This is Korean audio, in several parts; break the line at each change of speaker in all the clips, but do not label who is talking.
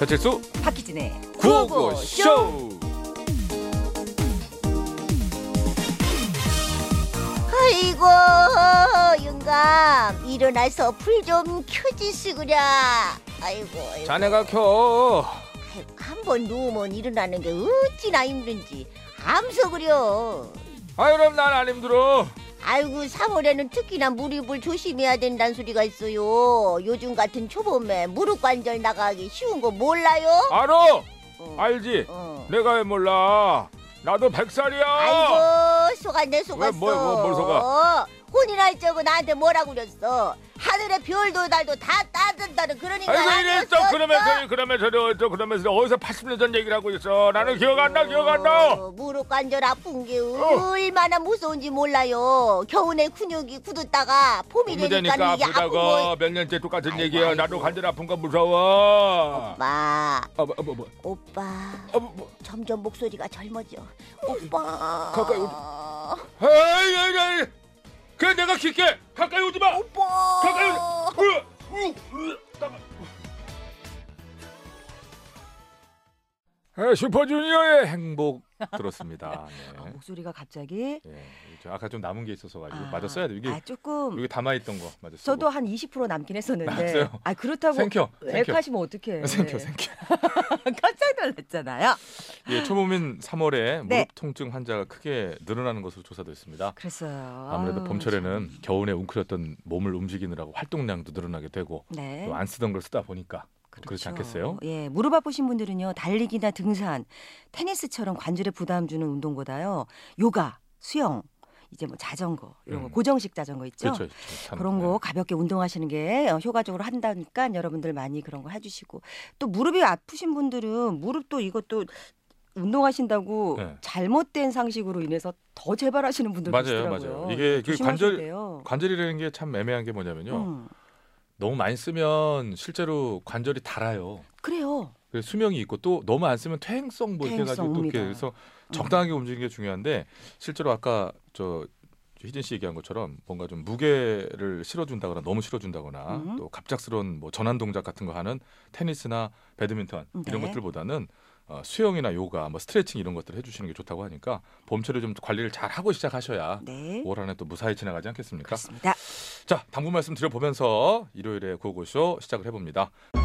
배칠수
박희진의
구호구쇼
아이고 윤감 일어나서 불 좀 켜지시구랴 아이고 아이고.
자네가 켜
아이고, 한번 누우면 일어나는 게 어찌나 힘든지 암석으려
아유 그럼 난 안 힘들어
아이고 3월에는 특히나 무릎을 조심해야 된다는 소리가 있어요 요즘 같은 초봄에 무릎 관절 나가기 쉬운 거 몰라요?
아, 알어
어,
알지
어.
내가 왜 몰라 나도 백살이야
아이고 속았네 속았어
뭐, 뭐, 어. 뭘 속아?
혼인할 적은 나한테 뭐라고 그랬어 하늘의 별도 달도 다 따뜻다는 그런 인간
아이고 이랬어
아니었어?
그러면서 그러면서 저 그러면서 어디서 80년 전 얘기를 하고 있어 나는 기억 안나 기억 안나
어, 무릎 관절 아픈 게
어.
얼마나 무서운지 몰라요. 겨울에 근육이 굳었다가 봄이
봄이
되니까
되니까
이게 아픈 거.
아프다가 몇 년째 똑같은
아이고,
얘기야 나도
아이고.
관절 아픈 거 무서워
오빠,
아뭐뭐뭐
오빠,
아, 뭐, 뭐.
점점 목소리가 젊어져. 오빠,
가까이 오지. 에이 에이 에이 그래 내가 킬게 가까이 오지 마
오빠,
가까이 오지 마 에, 슈퍼주니어의 행복 들었습니다.
아,
네.
목소리가 갑자기
예, 저 아까 좀 남은 게 있어서 가지고 맞아 써야 돼. 이게
아, 조금
여기 담아 있던 거 맞아. 쓰고.
저도 한 20% 남긴 했었는데
맞아요.
아 그렇다고
생켜, 생켜.
렉하시면 어떡해
생겨 생겨.
깜짝 놀랐잖아요
예, 초보민 3월에
네.
무릎 통증 환자가 크게 늘어나는 것으로 조사됐습니다.
그랬어요
아무래도
아유,
봄철에는 겨울에 웅크렸던 몸을 움직이느라고 활동량도 늘어나게 되고
참. 네.
또 안 쓰던 걸 쓰다 보니까
그렇죠.
그렇지 않겠어요?
예, 무릎 아프신 분들은요 달리기나 등산, 테니스처럼 관절에 부담 주는 운동보다요 요가, 수영, 이제 뭐 자전거 이런 거
음.
고정식 자전거 있죠.
그렇죠. 참,
그런
네.
거 가볍게 운동하시는 게 어, 효과적으로 한다니까 여러분들 많이 그런 거 해주시고 또 무릎이 아프신 분들은 무릎도 이것도 운동하신다고
네.
잘못된 상식으로 인해서 더 재발하시는 분들도
맞아요,
있더라고요.
맞아요. 이게 그 관절
조심하셔야
관절이라는 게 참 애매한 게
돼요.
뭐냐면요.
음,
너무 많이 쓰면 실제로 관절이 달아요.
그래요.
그래서 수명이 있고 또 너무 안 쓰면 퇴행성 뭐 이렇게 해가지고 또 이렇게
퇴행성입니다. 음.
그래서 적당하게 움직이는 게 중요한데 실제로 아까 저 희진 씨 얘기한 것처럼 뭔가 좀 무게를 실어준다거나 너무 실어준다거나
음.
또 갑작스러운 뭐 전환 동작 같은 거 하는 테니스나 배드민턴 이런
네.
것들보다는 어, 수영이나 요가, 뭐 스트레칭 이런 것들 을 해주시는 게 좋다고 하니까 봄철에 좀 관리를 잘 하고 시작하셔야
네.
5월 안에 또 무사히 지나가지 않겠습니까?
그렇습니다.
자, 당부 말씀 드려보면서 일요일에 고고쇼 시작을 해봅니다. 어,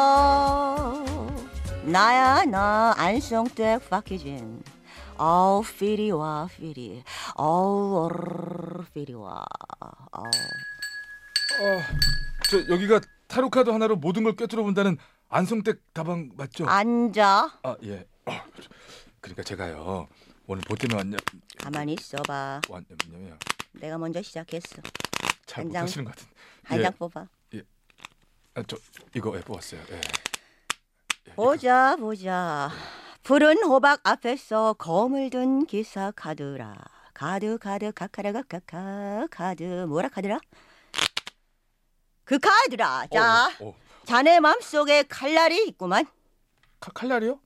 빠빠라빠빠빠 나야 나 안성댁 박희진 어우 피리와 피리 어우 어르르 피리와 어우
저 여기가 타로카드 하나로 모든 걸 꿰뚫어 본다는 안성댁 다방 맞죠? 아,
앉아
예. 어, 그러니까 제가요 오늘 뭐 때문에 왔냐?
가만히 있어봐
왔냐면
내가 먼저 시작했어
잘
한 장.
못하시는 것 같은.
한 장 뽑아
아, 저 이거 예, 뽑았어요. 예. 예, 이거.
보자 보자 푸른 호박 앞에서 검을 든 기사 카드라 카드 카드 카카라 카카카 카드 뭐라 카드라 그 카드라 자
어, 어.
자네 맘속에 칼날이 있구만.
칼- 칼날이요?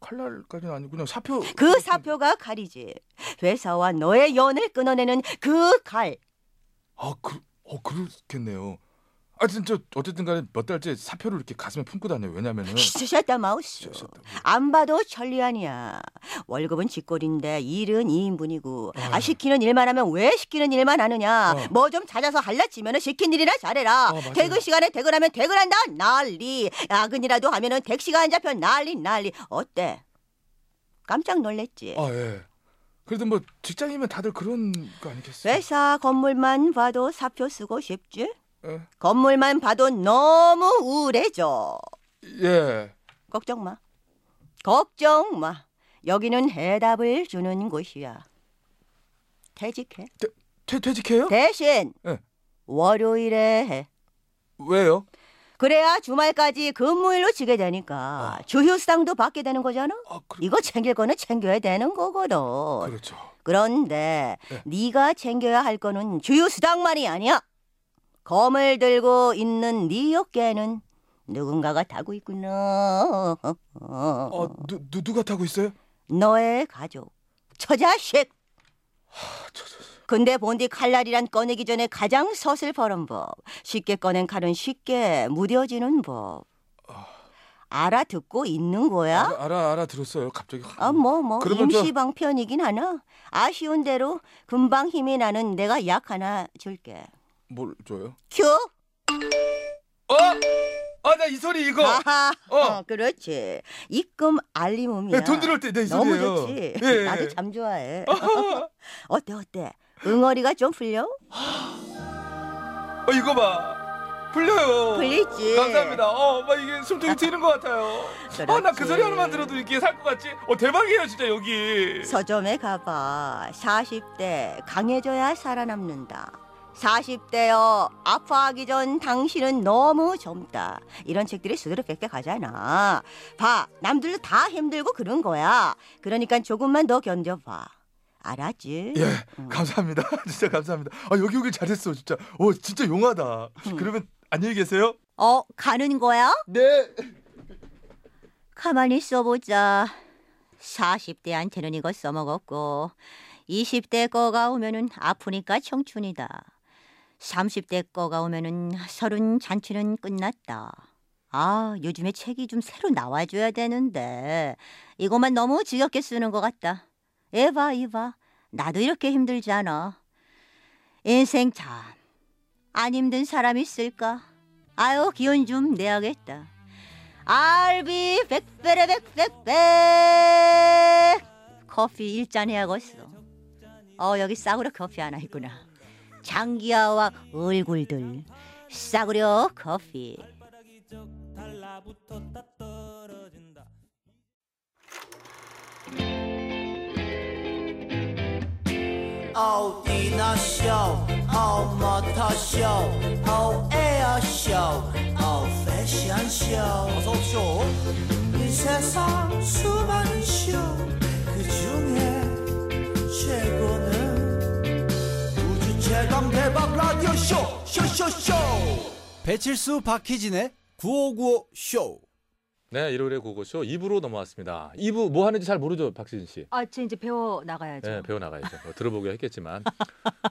칼날까지는 아니고 그냥 사표.
그 사표가 칼이지. 회사와 너의 연을 끊어내는 그 칼.
아, 그, 어, 그렇겠네요. 아, 진짜 어쨌든간에 몇 달째 사표를 이렇게 가슴에 품고 다녀요.
아,
왜냐면은.
슈셨다 마우스.
저- 저- 저-
안 봐도 천리 아니야. 월급은 쥐꼴인데 일은 2인분이고 아 시키는 일만 하면 왜 시키는 일만 하느냐.
어.
뭐 좀 찾아서 할라치면 은 시킨 일이나 잘해라.
어, 맞아요.
퇴근 시간에 퇴근하면 퇴근한다 난리. 야근이라도 하면은 택시가 안 잡혀 난리 난리. 어때? 깜짝 놀랬지.
아, 예. 그래도 뭐 직장이면 다들 그런 거 아니겠어요?
회사 건물만 봐도 사표 쓰고 싶지?
예.
건물만 봐도 너무 우울해져.
예.
걱정 마. 걱정 마. 여기는 해답을 주는 곳이야. 퇴직해.
퇴, 퇴직해요?
대신
네.
월요일에 해.
왜요?
그래야 주말까지 근무일로 지게 되니까 주휴상도 받게 되는 거잖아.
아, 그,
이거 챙길 거는 챙겨야 되는 거거든.
그렇죠.
그런데
네.
네가 챙겨야 할 거는 주유 수당만이 아니야. 검을 들고 있는 네 어깨는 누군가가 타고 있구나.
어, 누, 누 누가 타고 있어요?
너의 가족. 저 자식. 근데 본디 칼날이란 꺼내기 전에 가장 서슬퍼런 법. 쉽게 꺼낸 칼은 쉽게 무뎌지는 법.
어.
알아듣고 있는 거야?
알아, 알아 알아 들었어요. 갑자기 확.
아, 뭐, 뭐,
그러면 저-
임시방편이긴 하나. 아쉬운 대로 금방 힘이 나는 내가 약 하나 줄게.
뭘 줘요?
큐!
어? 아 나 이 소리 이거.
아하!
어.
어, 그렇지. 입금 알림음이야.
네, 돈 들어올 때 내 이
너무
소리예요.
좋지.
예, 예.
나도 참 좋아해. 어때 어때? 응어리가 좀 풀려?
어, 이거 봐. 불려요.
풀리지.
감사합니다. 어, 엄마 이게 숨통이 트이는 것 같아요. 아, 나 그
그렇지.
소리 하나만 들어도 이게 살 것 같지? 어, 대박이에요, 진짜 여기.
서점에 가봐. 40대 강해져야 살아남는다. 40대여 아파하기 전 당신은 너무 젊다. 이런 책들이 수두룩 빽빽하잖아. 봐, 남들도 다 힘들고 그런 거야. 그러니까 조금만 더 견뎌봐. 알았지?
예,
음.
감사합니다. 진짜 감사합니다. 아, 여기 오길 잘했어, 진짜. 어, 진짜 용하다.
음.
그러면 안녕히 계세요.
어, 가는 거야?
네.
가만히 써보자. 40대한테는 이거 써먹었고 20대 거가 오면은 아프니까 청춘이다. 30대 거가 오면은 서른 잔치는 끝났다. 아, 요즘에 책이 좀 새로 나와줘야 되는데 이것만 너무 지겹게 쓰는 것 같다. 에바, 이봐. 나도 이렇게 힘들잖아. 인생 참. 안 힘든 사람 있을까? 아유, 기운 좀 내야겠다. 알비 백배레 백백백 커피 일잔 해야겠어 어 여기 싸구려 커피 하나 있구나 장기하와 얼굴들 싸구려 커피
어디나 쇼 어머터 쇼 어에어 쇼 어패션 쇼 어서 오쇼 이 세상 수많은 쇼그 중에 최고는 우주 최강 대박 라디오 쇼 쇼쇼쇼 배칠수 박희진의 9595 쇼.
네, 일요일에 고고쇼 2부로 넘어왔습니다. 2부 뭐 하는지 잘 모르죠, 박시진 씨.
아쟤 이제 배워 나가야죠.
그렇죠.
네, 배워 나가야죠. 뭐 들어보기 했겠지만.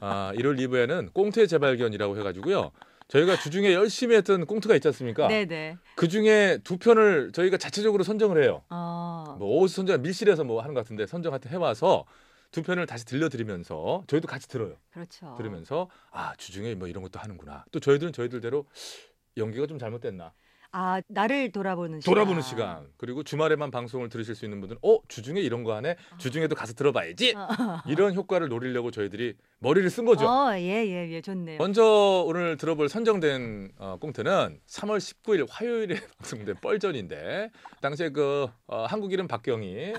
아, 일요일 2부에는 꽁트의 재발견이라고 해 가지고요. 저희가 주중에 열심히 했던 꽁트가 있지 않습니까?
네네.
그 중에 두 편을 저희가 자체적으로 선정을 해요.
어.
뭐 어디서 선정 밀실에서 뭐 하는 것 같은데 선정 하여튼 해 와서 두 편을 다시 들려드리면서 저희도 같이 들어요.
그렇죠.
들으면서 아 주중에 뭐 이런 것도 하는구나. 또 저희들은 저희들대로 연기가 좀 잘못됐나
아 나를 돌아보는 시간.
돌아보는 시간 그리고 주말에만 방송을 들으실 수 있는 분들은 어 주중에 이런 거 하네
아.
주중에도 가서 들어봐야지 이런 효과를 노리려고 저희들이 머리를 쓴 거죠.
어예예예 좋네요.
먼저 오늘 들어볼 선정된 어, 꽁트는 3월 19일 화요일에 방송된 뻘전인데 당시에 그 어, 한국 이름 박경희 예,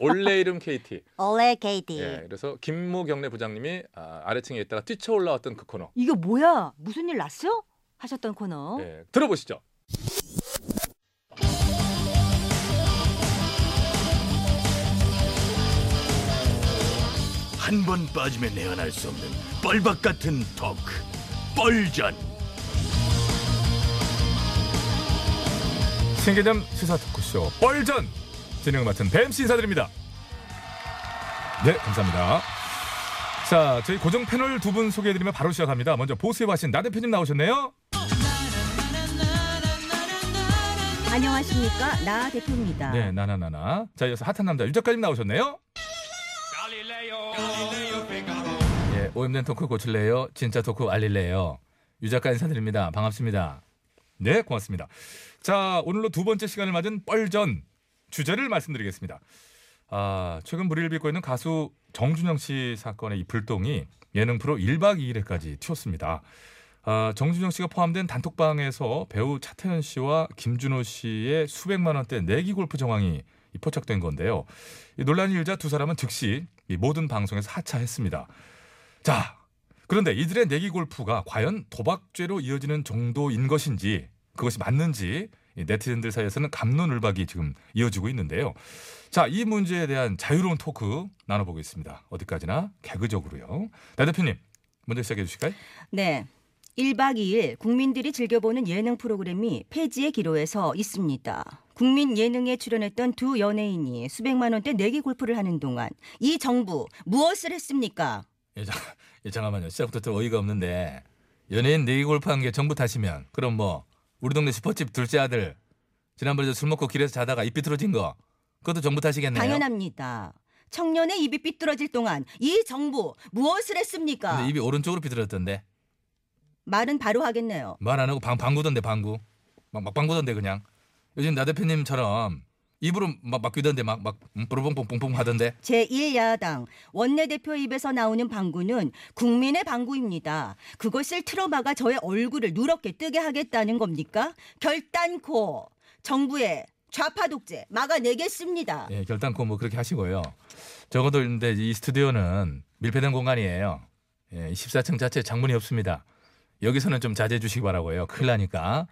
원래 이름 KT
올레 케이티
예, 그래서 김모 경례 부장님이 아, 아래층에 있다가 뛰쳐 올라왔던 그 코너
이거 뭐야? 무슨 일 났어? 하셨던 코너.
예, 들어보시죠.
한 번 빠지면 내안할 수 없는 뻘박 같은 토크 뻘전
신개념 시사 토크쇼 뻘전 진행을 맡은 뱀씨 인사드립니다. 네, 감사합니다. 자, 저희 고정 패널 두 분 소개해드리면 바로 시작합니다. 먼저 보수의 화신 나 대표님 나오셨네요.
안녕하십니까 나 대표입니다
네, 나나나나. 자, 이어서 핫한 남자 유 작가님 나오셨네요. 예, 오염된 토크 고칠래요? 진짜 토크 알릴래요? 유 작가 인사드립니다. 반갑습니다. 네, 고맙습니다. 자, 오늘로 두 번째 시간을 맞은 뻘전 주제를 말씀드리겠습니다. 아, 최근 불의를 빚고 있는 가수 정준영 씨 사건의 이 불똥이 예능 프로 1박 2일에까지 튀었습니다. 아, 정준영 씨가 포함된 단톡방에서 배우 차태현 씨와 김준호 씨의 수백만 원대 내기 골프 정황이 이 포착된 건데요. 이 논란이 일자 두 사람은 즉시 이 모든 방송에서 하차했습니다. 자, 그런데 이들의 내기 골프가 과연 도박죄로 이어지는 정도인 것인지 그것이 맞는지 이 네티즌들 사이에서는 감론을박이 지금 이어지고 있는데요. 자, 이 문제에 대한 자유로운 토크 나눠보겠습니다. 어디까지나 개그적으로요. 나 대표님, 먼저 시작해 주실까요?
네 1박 2일 국민들이 즐겨보는 예능 프로그램이 폐지의 기로에서 있습니다. 국민 예능에 출연했던 두 연예인이 수백만 원대 내기 골프를 하는 동안 이 정부 무엇을 했습니까?
예, 잠- 예, 잠깐만요. 시작부터 좀 어이가 없는데 연예인 내기 골프한 게 정부 탓이면 그럼 뭐 우리 동네 슈퍼집 둘째 아들 지난번에 저술 먹고 길에서 자다가 입 비틀어진 거 그것도 정부 탓이겠네요.
당연합니다. 청년의 입이 삐뚤어질 동안 이 정부 무엇을 했습니까?
근데 네, 입이 오른쪽으로 비틀었던데
말은 바로 하겠네요.
말 안 하고 방 방구던데 방구 막, 막 방구던데 그냥 요즘 나 대표님처럼 입으로 막 막귀던데 막막 음, 뽀로뽕뽕뽕뽕 하던데
제1야당 원내대표 입에서 나오는 방구는 국민의 방구입니다. 그것을 틀어막아 저의 얼굴을 누렇게 뜨게 하겠다는 겁니까? 결단코 정부의 좌파 독재 막아내겠습니다.
예, 결단코 뭐 그렇게 하시고요. 적어도 근데 이 스튜디오는 밀폐된 공간이에요. 예, 14층 자체 장문이 없습니다. 여기서는 좀 자제해 주시기 바라고요. 큰일 나니까.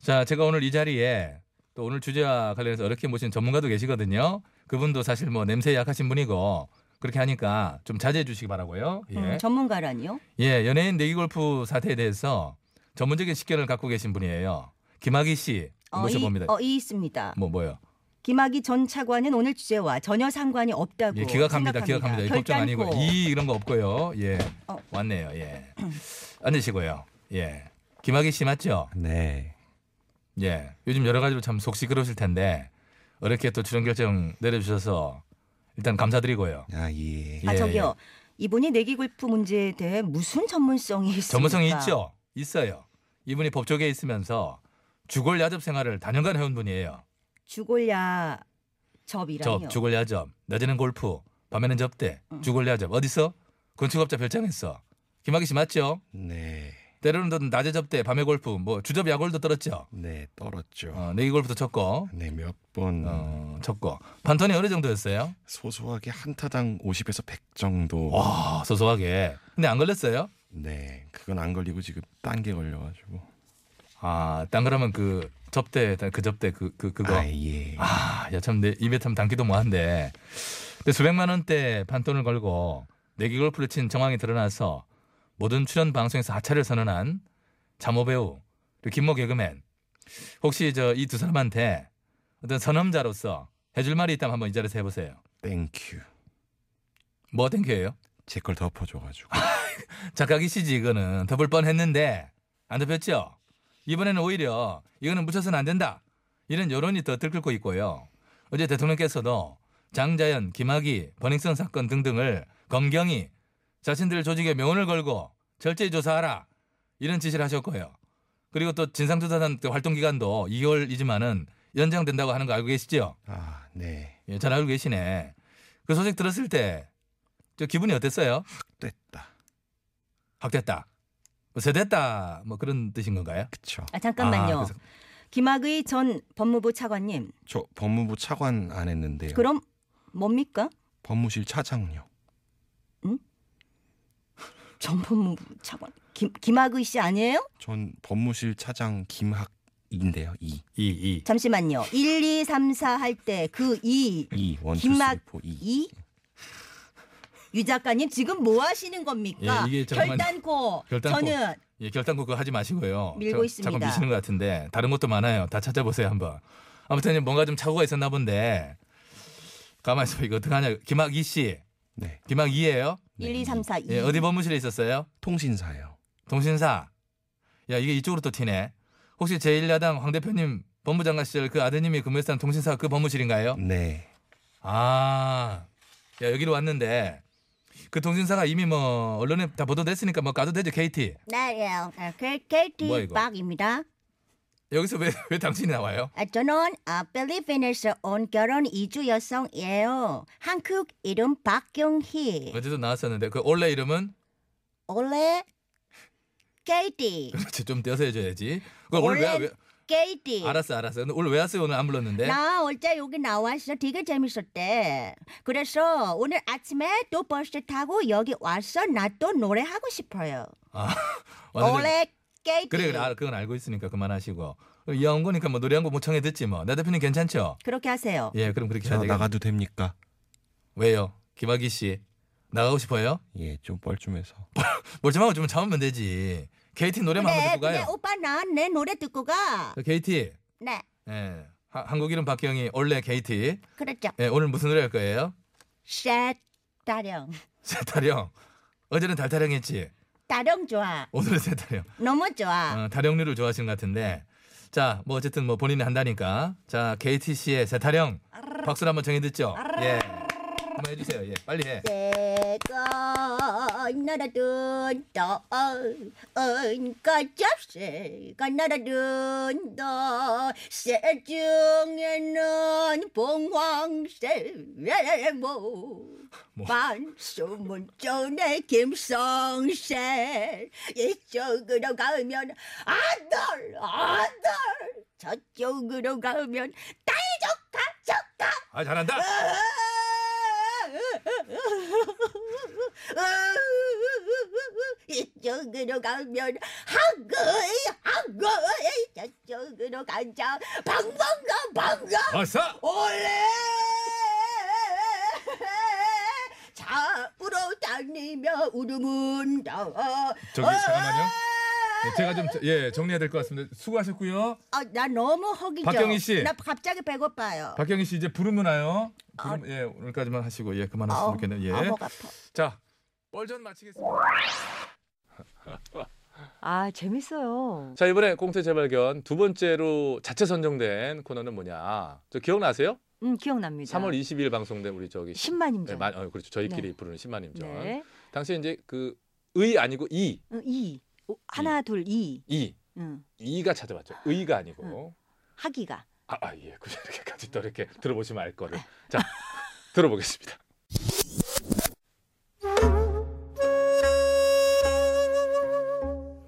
자, 제가 오늘 이 자리에 또 오늘 주제와 관련해서 어렵게 모신 전문가도 계시거든요. 그분도 사실 뭐 냄새에 약하신 분이고 그렇게 하니까 좀 자제해 주시기 바라고요. 예.
음, 전문가라니요?
예, 연예인 내기 골프 사태에 대해서 전문적인 식견을 갖고 계신 분이에요. 김학의 씨
어,
모셔봅니다.
이, 어, 이 있습니다.
뭐 뭐요?
김학의 전 차관은 오늘 주제와 전혀 상관이 없다고
예, 기각합니다.
생각합니다.
기각합니다. 이 법정 아니고
결단코.
이 이런 거 없고요. 예,
어.
왔네요. 예, 앉으시고요. 예, 김학의 씨 맞죠?
네.
예, 요즘 여러 가지로 참 속 시끄러우실 텐데 어렵게 또 출연 결정 내려주셔서 일단 감사드리고요.
아 예.
아
예,
저기요 이분이 내기 골프 문제에 대해 무슨 전문성이 있습니까?
전문성이 있죠? 있어요. 이분이 법조계에 있으면서 주골 야접 생활을 다년간 해온 분이에요.
주골야 접이라니요.
접, 주골 야접, 낮에는 골프, 밤에는 접대,
음.
주골 야접 어디서? 건축업자 별장에서. 김학의 씨 맞죠?
네.
때로는 또 낮에 접대, 밤에 골프, 뭐 주접 야골도 떨었죠.
네 떨었죠.
어, 내기 골프도 쳤고,
네 몇 번
어, 쳤고. 판턴이 어느 정도였어요?
소소하게 한 타당 50에서 100 정도.
와, 아, 소소하게. 근데 안 걸렸어요?
네. 그건 안 걸리고 지금 딴 게 걸려가지고.
아, 딴 거라면 그 접대, 그 접대 그, 그 그거.
아 예.
아, 야 참 내 입에 참 담기도 뭐한데. 근데 수백만 원대 판돈을 걸고 내기 골프를 친 정황이 드러나서 모든 출연 방송에서 하차를 선언한 자모 배우 그리고 김모 개그맨 혹시 저 이 두 사람한테 어떤 선험자로서 해줄 말이 있다면 한번 이 자리에서 해보세요.
땡큐.
뭐 땡큐예요?
제 걸 덮어줘가지고.
작가기시지 이거는 덮을 뻔했는데 안 덮였죠. 이번에는 오히려 이거는 묻혀서는 안 된다. 이런 여론이 더 들끓고 있고요. 어제 대통령께서도 장자연, 김학의, 버닝썬 사건 등등을 검경이 자신들 조직에 명운을 걸고 철저히 조사하라 이런 지시를 하셨고요. 그리고 또 진상조사단 그 활동 기간도 2월이지만은 연장된다고 하는 거 알고 계시죠?
아 네.
예, 잘 알고 계시네. 그 소식 들었을 때 저 기분이 어땠어요?
됐다.
확됐다. 뭐 세됐다. 뭐 그런 뜻인 건가요?
그쵸.
아 잠깐만요.
아, 그래서-
김학의 전 법무부 차관님.
저 법무부 차관 안
예.
했는데요.
그럼 뭡니까?
법무실 차장요.
전 법무부 차관 김 김학의 씨 아니에요?
전 법무실 차장 김학인데요. 이.
이, 이.
잠시만요. 1, 2, 3, 4 할 때 그 이
이 원투
김학-
쓰리 포 이.
이 유 작가님 지금 뭐 하시는 겁니까?
예, 이게 잠깐만요.
결단코,
결단코.
저는
예, 결단코 그거 하지 마시고요.
밀고
자-
있습니다.
자꾸 미시는 것 같은데 다른 것도 많아요. 다 찾아보세요 한번. 아무튼 뭔가 좀 착오가 있었나 본데 가만 있어 봐 이거 어떡하냐. 김학이 씨.
네.
김학이예요?
1, 2, 3, 4, 2
예, 어디 법무실에 있었어요?
통신사요.
동신사. 야 이게 이쪽으로 또 튀네. 혹시 제1야당 황 대표님 법무장관 시절 그 아드님이 근무했던 통신사 그 법무실인가요?
네.
아, 야, 여기로 왔는데 그 통신사가 이미 뭐 언론에 다 보도됐으니까 뭐 가도 되죠, KT.
나예요.
아, 그,
KT
뭐야, 이거?
박입니다.
여기서 왜, 왜 당신이 나와요?
아, 저는 아, 필리핀에서 온 결혼 이주 여성이에요. 한국 이름 박경희.
어제도 나왔었는데 그 원래 이름은
원래 KT.
그렇지 좀 떼어서 해줘야지. 그 오늘 왜,
원래
왜
KT.
알았어, 알았어. 근데 오늘 왜 왔어요? 오늘 안 불렀는데.
나 어제 여기 나와서 되게 재밌었대. 그래서 오늘 아침에 또 버스 타고 여기 와서 나 또 노래하고 싶어요.
아, 완전히-
원래 KT.
그래, 그래, 알- 그건 알고 있으니까 그만하시고 이왕 거니까 뭐 노래 한 곡 모청해 듣지 뭐. 나 대표님 괜찮죠?
그렇게 하세요.
예, 그럼 그렇게
저
해야 되겠
아, 나가도 됩니까?
왜요, 김학의 씨 나가고 싶어요?
예, 좀 뻘쭘해서.
멀쩡하고 좀 참으면 되지. KT 노래만 한번
그래
듣고
그래
가요.
오빠 나 내 노래 듣고 가.
그 KT.
네
예. 하- 한국 이름 박기영이 원래 KT.
그렇죠.
예, 오늘 무슨 노래 할 거예요?
샷 따령
세타령. 어제는 달타령 했지.
따령 좋아
오늘은 세타령.
너무 좋아
어, 다령류를 좋아하시는 것 같은데. 자, 뭐 어쨌든 뭐 본인이 한다니까. 자, KTC의 세타령. 박수를 한번 정해 듣죠. 예. 한번 해 주세요. 예. 빨리 해.
새가 날아든다 은가잡 새가 날아든다 새 중에는 봉황새 외모
뭐.
반소문 전에 김성새 이쪽으로 가면 아들 아들 저쪽으로 가면 딸 조카 조카
아, 잘한다.
이쪽으로 가면 한글 한글 저쪽으로 가자 방방가 방가
어서.
올레 좌우로 다니며 울음은다
저기 잠깐만요. 예, 제가 좀 예, 정리해야 될 것 같습니다. 수고하셨고요.
어,
아, 나 너무 허기져
박경희 씨.
나 갑자기 배고파요
박경희 씨 이제 부르면 와요. 부르면- 예, 오늘까지만 하시고 예, 그만하시면 좋겠네요. 예.
목 아. 어, 아파 뭐
자, 뻘전 마치겠습니다.
아 재밌어요.
자 이번에 꽁트 재발견 두 번째로 자체 선정된 코너는 뭐냐? 저 기억나세요?
음 기억납니다.
3월 22일 방송된 우리 저기
10만
네,
임자.
마- 어, 그렇죠. 저희끼리 부르는 10만 임전.
네.
당시에 이제 그 의 아니고 이,
어, 이 오, 하나 둘 이.
이,
응.
이가 찾아봤죠. 의가 아니고.
하기가.
아, 아 예. 굳이 이렇게까지 또 이렇게 들어보시면 알 거를. 자, 들어보겠습니다.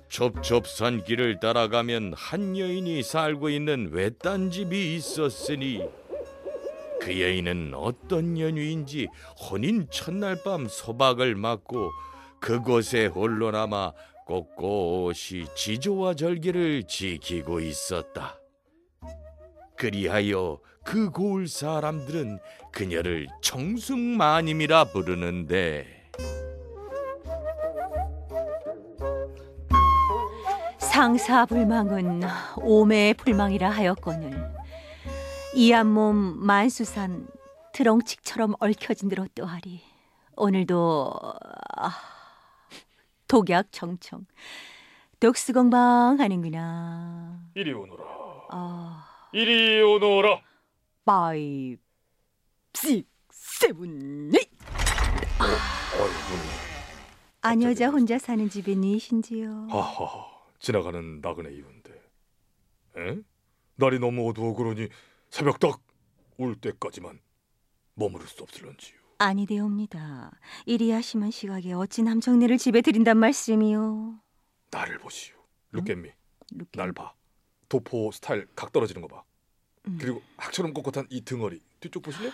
첩첩산길을 따라가면 한 여인이 살고 있는 외딴 집이 있었으니 그 여인은 어떤 연유인지 혼인 첫날 밤 소박을 맞고 그곳에 홀로 남아 꼿꼿이 지조와 절기를 지키고 있었다. 그리하여 그 고을 사람들은 그녀를 청승마님이라 부르는데.
상사 불망은 오매의 불망이라 하였거늘 이한몸 만수산 드렁칙처럼 얽혀진 대로 또하리 오늘도 아, 독약 청청 독수공방 하는구나
이리 오너라.
아
이리 오너라.
바이 식 세븐 에잇 안 여자 혼자 사는 집이 니신지요
하하 지나가는 나그네 이웃인데 에? 날이 너무 어두워 그러니 새벽 딱 올 때까지만 머무를 수 없을런지요
아니되옵니다. 이리 하시면 시각에 어찌 남정네를 집에 들인단 말씀이요.
나를 보시오 음? 룩앤미
이렇게.
날봐 도포 스타일 각 떨어지는 거봐
음.
그리고 학처럼 꼿꼿한 이 등어리 뒤쪽 보실래?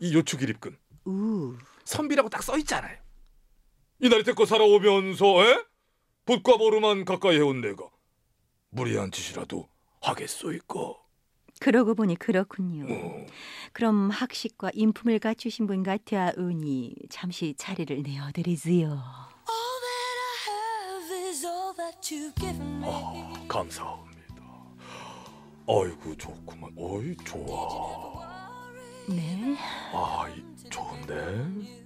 이 요추기립근
우.
선비라고 딱 써있잖아요 이날이 태껏 살아오면서 에? 붓과 보루만 가까이 해온 내가 무리한 짓이라도 하겠소이까
그러고 보니 그렇군요.
어.
그럼 학식과 인품을 갖추신 분 같아오니 잠시 자리를 내어드리지요.
아, 감사합니다. 아이고 좋구만. 어이 좋아.
네.
아이 좋은데.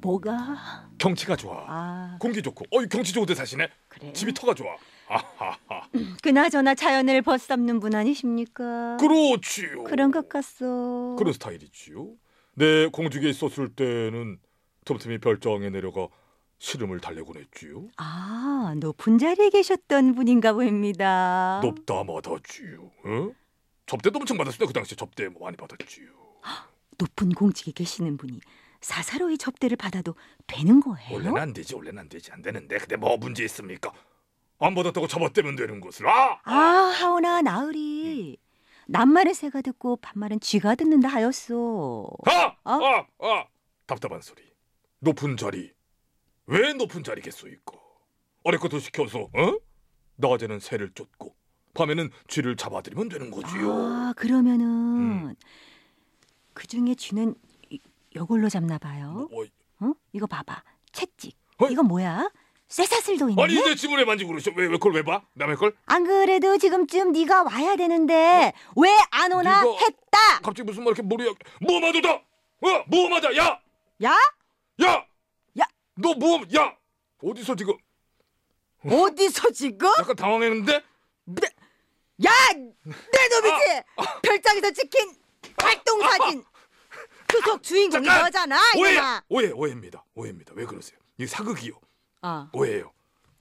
뭐가?
경치가 좋아.
아,
공기 좋고. 어이 경치 좋은데 사시네.
그래.
집이 터가 좋아. 아하하.
그나저나 자연을 벗삼는 분 아니십니까?
그렇지요.
런것 같소.
그런 스타일이지요. 내 공주에 있었을 때는 틈틈이 별장에 내려가 시름을 달래곤 했지요.
아, 높은 자리에 계셨던 분인가 보입니다.
높다 마다지요. 응? 접대도 엄청 받았을 때그 당시 접대 뭐 많이 받았지요.
높은 공직에 계시는 분이 사사로이 접대를 받아도 되는 거예요?
원래는 안 되지 원래는 안 되지 안 되는데 근데 뭐 문제 있습니까? 안 받았다고 잡아떼면 되는 것을 아!
아 하오나 나으리
음.
낮말은 새가 듣고 밤말은 쥐가 듣는다 하였소.
아!
어?
아! 아! 답답한 소리 높은 자리 왜 높은 자리겠소이까 어렵고도 시켜서 어? 낮에는 새를 쫓고 밤에는 쥐를 잡아들이면 되는 거지요
아 그러면은
음.
그 중에 쥐는 이, 요걸로 잡나 봐요.
뭐, 어이,
어? 이거 봐봐 채찍.
어이.
이거 뭐야?
쇠사슬도 있네.
아니 이제 지문에 만지고 그러셔. 왜, 왜 그걸 왜 봐? 남의 걸?
안 그래도 지금쯤 네가 와야 되는데 왜 안 오나
네가-
했다.
갑자기 무슨 말 이렇게 머리에 무엄하도다. 어, 무엄하다. 야,
야?
야,
야!
너 무엄, 야, 어디서 지금
어디서 지금?
약간 당황했는데?
야! 내 놈이지!
아,
별장에서 찍힌 활동사진! 투석 주인공이
잠깐!
너잖아,
오해,
이놈아!
오해, 오해입니다. 오해입니다. 왜 그러세요? 이 사극이요.
아,
오해예요.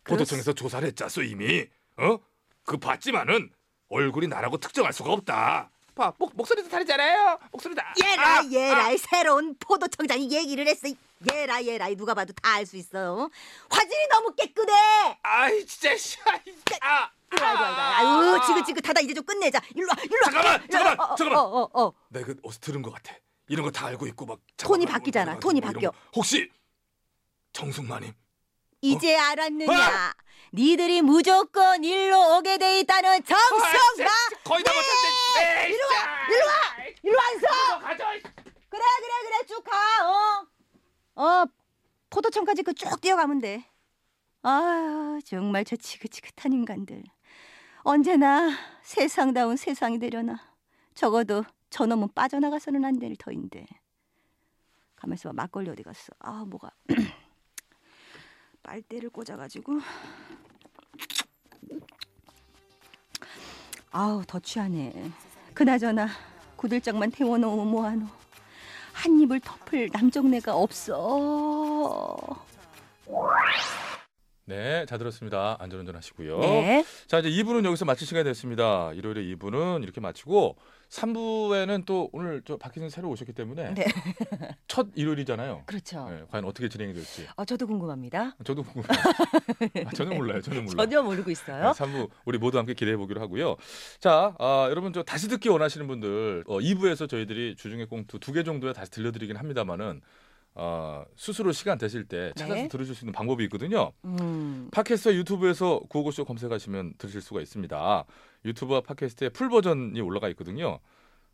그렇-
보도청에서 조사를 했잖소 이미. 어? 그 봤지만은 얼굴이 나라고 특정할 수가 없다. 봐, 목, 목소리도 다르잖아요. 목소리 다.
얘라,
아,
얘라,
아.
이 새로운 포도청장이 얘기를 했어. 이 얘라, 얘라, 이 누가 봐도 다 알 수 있어. 화질이 너무 깨끗해!
아이 진짜 씨. 아이, 아,
아이고, 아이고, 아이고, 아유, 지긋지긋하다. 이제 좀 끝내자. 일로 와, 일로 와.
잠깐만,
일로 와.
잠깐만,
어, 어,
잠깐만.
어, 어, 어.
나 이거 어디서 그 들은 것 같아. 이런 거 다 알고 있고 막
톤이
작업하고
바뀌잖아.
올라가고
톤이
뭐 이런
바뀌어.
거. 혹시 정승만님? 어.
이제
아!
알았느냐? 니들이 무조건 일로 오게 돼 있다는 정성나!
거의 다
네!
못했는데.
이리 와, 일로 와, 일로 와 있어. 그래, 그래, 그래, 쭉 가. 어, 어, 포도청까지 그 쭉 뛰어가면 돼.
아유, 정말 저 지긋지긋한 인간들. 언제나 세상다운 세상이 되려나. 적어도 저놈은 빠져나가서는 안 될 터인데. 가만있어 봐. 막걸리 어디 갔어? 아, 뭐가. 빨대를 꽂아가지고. 아우, 더 취하네. 그나저나 구들장만 태워놓으면 뭐하노. 한 입을 덮을 남정네가 없어.
네, 잘 들었습니다. 안전운전 하시고요.
네.
자, 이제 2부는 여기서 마칠 시간이 됐습니다. 일요일에 2부는 이렇게 마치고 3부에는 또 오늘 저 박희선 새로 오셨기 때문에
네.
첫 일요일이잖아요.
그렇죠.
네, 과연 어떻게 진행이 될지
어, 저도 궁금합니다.
저도 궁금해요. 아, 저는 몰라요. 저는
네.
몰라요.
전혀 모르고 있어요.
3부 우리 모두 함께 기대해 보기로 하고요. 자, 아, 여러분 저 다시 듣기 원하시는 분들 어, 2부에서 저희들이 주중에 꽁투 두 개 정도야 다시 들려드리긴 합니다만은 어, 스스로 시간 되실 때 찾아서
네.
들으실 수 있는 방법이 있거든요.
음,
팟캐스트 유튜브에서 구호고쇼 검색하시면 들으실 수가 있습니다. 유튜브와 팟캐스트의 풀 버전이 올라가 있거든요.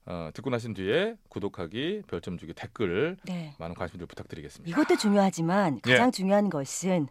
어, 듣고 나신 뒤에 구독하기, 별점 주기, 댓글
네.
많은 관심들 부탁드리겠습니다.
이것도 중요하지만
예.
가장 중요한 것은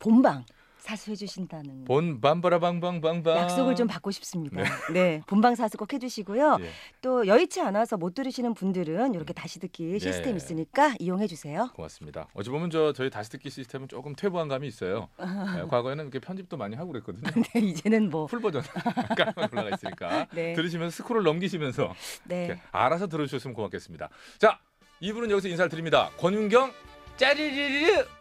본방 사수해 주신다는
본 밤바라방방방방
약속을 좀 받고 싶습니다. 네, 본방 사수 꼭 해주시고요.
아. 예,
또 여의치 않아서 못 들으시는 분들은 이렇게 다시 듣기 시스템
예.
있으니까 이용해 주세요.
고맙습니다. 어찌 보면 저 저희 다시 듣기 시스템은 조금 퇴보한 감이 있어요. 예, 과거에는 이렇게 편집도 많이 하고 그랬거든요.
네, 이제는 뭐
풀 버전 깔만 올라가 있으니까
네.
들으시면서 스크롤 넘기시면서
네.
이렇게 알아서 들어주셨으면 고맙겠습니다. 자, 이분은 여기서 인사를 드립니다. 권윤경 짜리리르